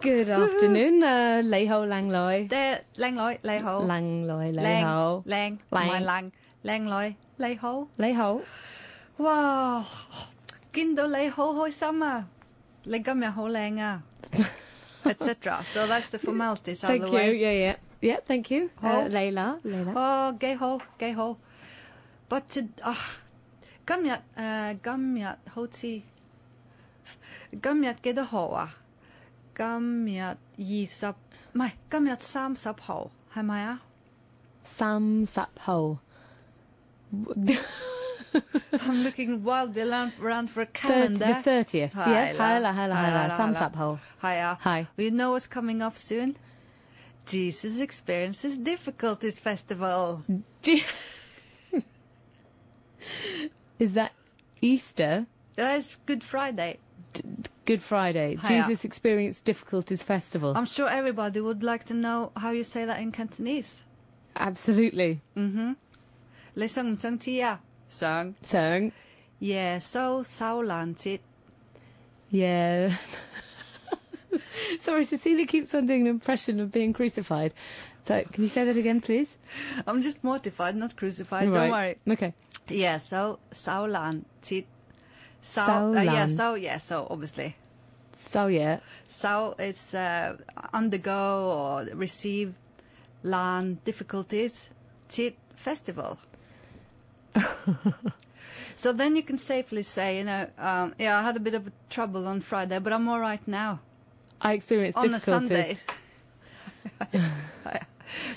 Good afternoon uh, 啊，你好靚女，即係靚女你好，靚女你好，靚唔係靚，靚女你好，你好，哇！見到你好開心啊！你今日好 靚啊，etc. So that's the formalities out thank of the you， way. yeah yeah yeah thank you，Uh, 好誒嚟啦嚟啦，哦，幾好幾好，but to- 啊，今日誒、呃今日好似今日幾多號啊？今日二十唔係今日三十號係咪啊？三十號 I'm looking wildly around, around for a calendar. thirtieth，yes 係啦係啦係啦，三十號係啊，係 You know what's coming up soon? Jesus Experiences Difficulties Festival. Gee- Is that Easter? That is Good Friday. Good Friday, Hiya. Um, Jesus Experience Difficulties Festival. I'm sure everybody would like to know how you say that in Cantonese. Mm-hmm. Absolutely. 你想唔想知啊？想。 So, 耶穌受難節 yeah. Sorry, Cecilia keeps on doing an impression of being crucified. So, can you say that again, please? ，I'm just mortified, not crucified. Uh, Don't worry. Right. Okay. 耶穌受難節，受受呃耶難穌耶穌，obviously. So, yeah. So it's uh, undergo or receive land difficulties tit festival. so then you can safely say, you know, um, yeah, I had a bit of trouble on Friday, but I'm all right now I experienced on a Sunday. difficulties.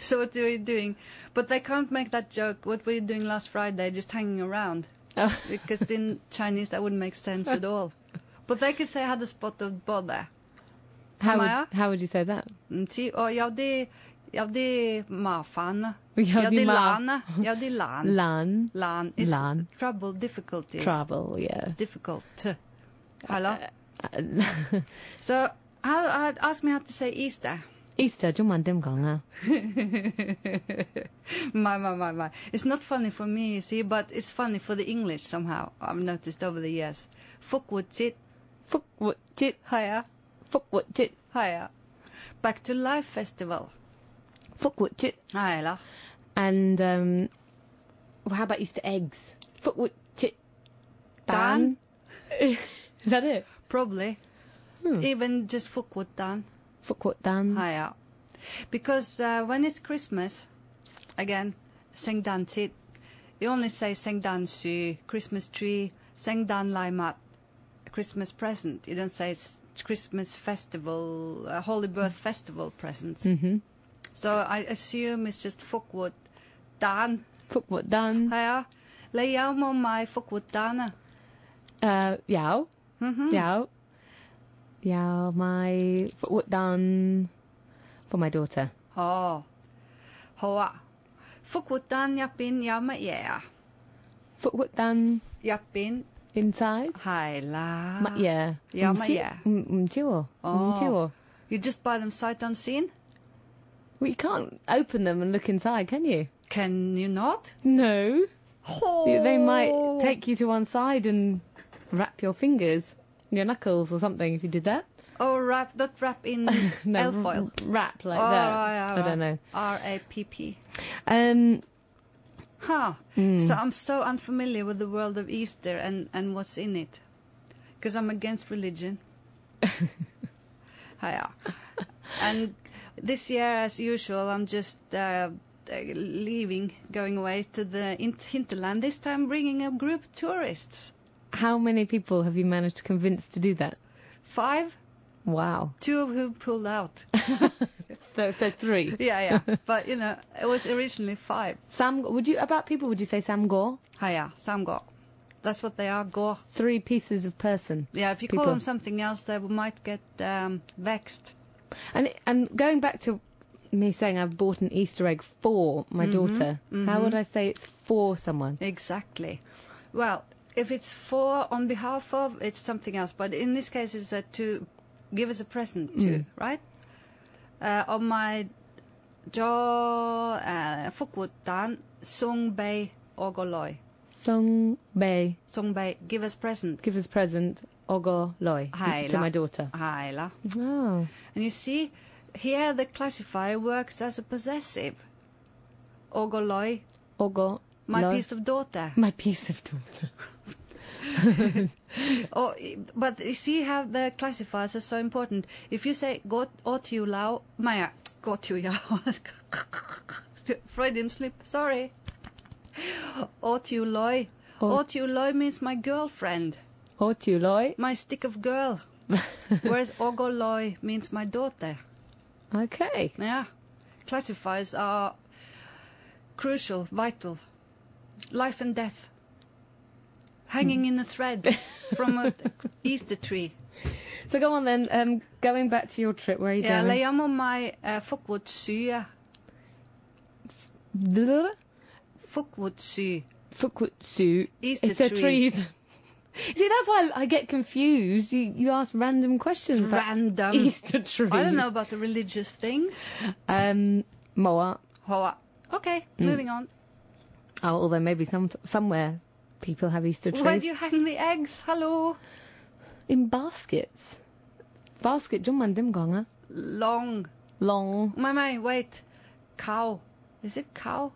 so what were you doing? But they can't make that joke. What were you doing last Friday? Just hanging around. Oh. Because in Chinese that wouldn't make sense at all. But they could say I had a spot of bother. How Maya? would, how would you say that? 唔知，我有啲有啲麻煩啦，有有啲啲麻懶啦，有啲懶 Lan 懶懶 is trouble difficulties travel, yeah. difficult 係咯。 Uh, So how I ask me how to say Easter？ Easter, 中文點講啊？唔係唔係唔係唔係，it's not funny for me, you see, but it's funny for the English somehow. I've noticed over the years. 復活節復活節，係啊復活節，係啊，Back to Life Festival 復活節。係啦。 And um, well, how about Easter eggs? Foot with chit Dan? Is that it? Probably even just 復活蛋。 Foot what Dan? higher. Because uh, when it's Christmas, again, Sengdansit, you only say Sengdansu, Christmas tree, Sengdan Laimat, Christmas present. You don't say it's Christmas festival, uh, Holy Birth festival presents. Mm-hmm. So I assume it's just Fukwut Dan. Foot what Dan? Higher. Lei yao mo mai Fukwut Dan. ah. Uh, Yao. Mm-hmm. Yao. Yao, my foot what Dan for my daughter. 哦，好啊。復活蛋入邊有乜嘢啊？ Foot what Dan 入邊 inside? 係啦。 Mat yeah. Mm, Yeah, mat Ah. yeah. Oh. You just buy them sight unseen? Well, you can't open them and look inside, can you? Can you not? No. Oh. They- They might take you to one side and wrap your fingers, your knuckles or something if you did that. Oh, wrap, not wrap in r- alfoil. Wrap like Oh, that. yeah, I don't know. R A P P. Um, Huh. Hmm. So I'm so unfamiliar with the world of Easter and, and what's in it. Because I'm against religion. yeah. And this year, as usual, I'm just uh, uh, leaving, going away to the hint- hinterland, this time bringing a group of tourists. how many people have you managed to convince to do that? Five? Wow. two of whom pulled out. So, so three. yeah, yeah. But you know, it was originally five. Sam, would you about people? Would you say Sam Gore? Hiya, samgo. That's what they are. Go. Three pieces of person. Yeah, if you People. call them something else, they might get um, vexed. And and going back to me saying I've bought an Easter egg for my daughter, how would I say it's for someone? Exactly. Well, if it's for on behalf of, it's something else. But in this case, it's uh, to give us a present to, right? Uh, on my jaw, uh, Fukutan, Songbei Ogoloi. Song Bei, Songbei, give us present. give us present. ogo loi Hi, to la. my daughter. Haila. Oh, And you see, here the classifier works as a possessive. Ogoloi, ogo my loi. piece of daughter. my piece of daughter. Oh, but you see how the classifiers are so important. If you say "go ought you lao," Maya, go to ya. Freudian slip. Sorry. Ought you loy? Ought- Ought you loy means my girlfriend, Otu loi. my stick of girl. Whereas ogoloy means my daughter. Okay. Yeah, classifiers are crucial, vital, life and death, hanging Hmm. in a thread from a Easter tree. So go on then. Um, going back to your trip, where are you Ja, le going? llamo mai eh, Fukwutsu. Blur. Fukwutsu. Fukutsu. Easter it's a tree. trees. See, that's why I get confused. You you ask random questions. about Random. Easter trees. I don't know about the religious things. Um, moa. Hoa. Okay, Hmm. moving on. Oh, although maybe some somewhere people have Easter trees Where do you hang the eggs? Hello. in baskets. Basket. John Mandem Gonga. Long. Long My, my, wait. Cow. Is it cow?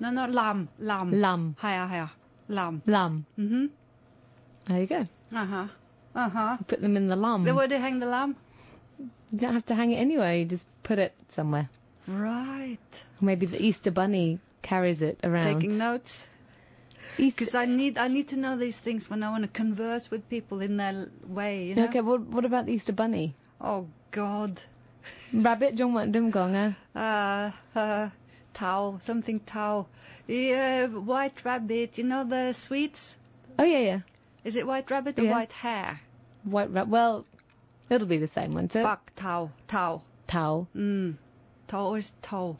No, no, lamb. Lamb. lamb. Hiya, hiya. Lamb. Lamb. Mm-hmm. There you go. Uh huh. Uh huh. Put them in the lamb. Then where do you hang the lamb? You don't have to hang it anywhere. You just put it somewhere. Right. Maybe the Easter Bunny carries it around. Taking notes. Easter. Because I need, I need to know these things when I want to converse with people in their l- way, you know? Okay, what, what about the Easter Bunny? Oh, God. Rabbit, John Wat Dim Gonga. uh, uh, Tao, something Tao. Yeah, white rabbit, you know the sweets? Oh, yeah, yeah. Is it white rabbit or Yeah. white hare? White Rabbit. Well, it'll be the same, won't it? Bak Tao, Tao. Towel. Mm. Tao or is Tao?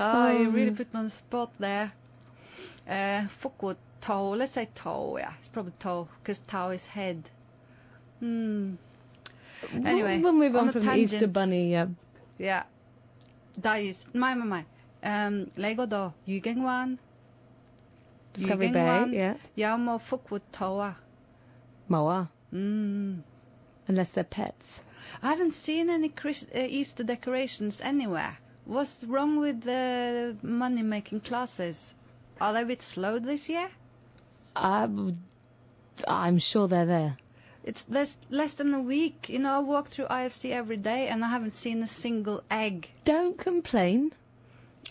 oh, you really Um, put me on the spot there. Uh, Fuku Tao, let's say Tao, yeah, it's probably Tao, because Tao is head. Hmm. Anyway, We'll, we'll move on, a from the tangent. Easter Bunny. uh, Yeah. Yeah. Darius. My, my, my. Um, Lego do Yugengwan. Discovery Bay, yeah. Yamo Fukwut Toa. Moa. Mm. Unless they're pets. I haven't seen any Chris- uh, Easter decorations anywhere. What's wrong with the money making classes? Are they a bit slow this year? I, I'm sure they're there. It's less, less than a week. You know, I walk through IFC every day and I haven't seen a single egg. Don't complain.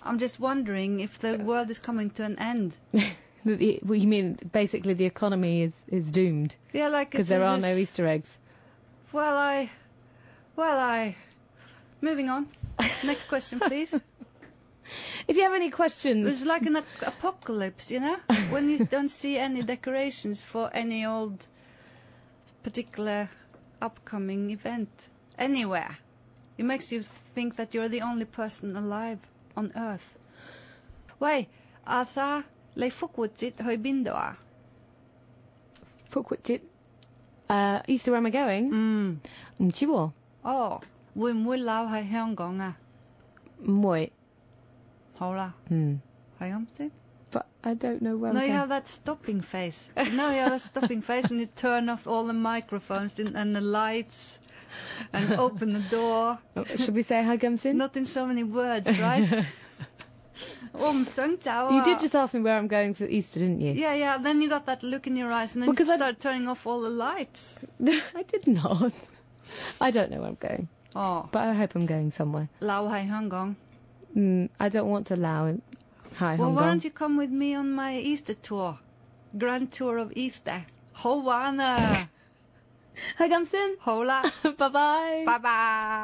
I'm just wondering if the world is coming to an end. That the- What you mean? Basically, the economy is, is doomed Yeah, like because it's- there it's are no just- Easter eggs. Well, I. Well, I. Moving on. Next question, please. It If you have any questions, was like an ap- apocalypse, you know? When you don't see any decorations for any old particular upcoming event anywhere. It makes you think that you're the only person alive on Earth. Wait, Arthur, le fukwutsit hoibindoa. Fukwitchit, uh, Easter, where am I going? Mm. Mchiwo. Oh, we mui lao hai hong gong ah. Moi. Hola. Mm. Hai om sit? But I don't know where No, I'm you going. have that stopping face. No, you have that stopping face when you turn off all the microphones and, and the lights and open the door. Oh, Should we say hi, Gumsin? Not in so many words, right? Om Sung Tao. You did just ask me where I'm going for Easter, didn't you? Yeah, yeah. Then you got that look in your eyes, and then Because you I- start turning off all the lights. I did not. I don't know where I'm going, Oh, but I hope I'm going somewhere. Lao Hai Hong Kong. Mm, I don't want to allow it. Hi, Well, Hong why Kong. don't you come with me on my Easter tour, grand tour of Easter? Howana, Hi, Gumsin. hola, Bye-bye. bye bye.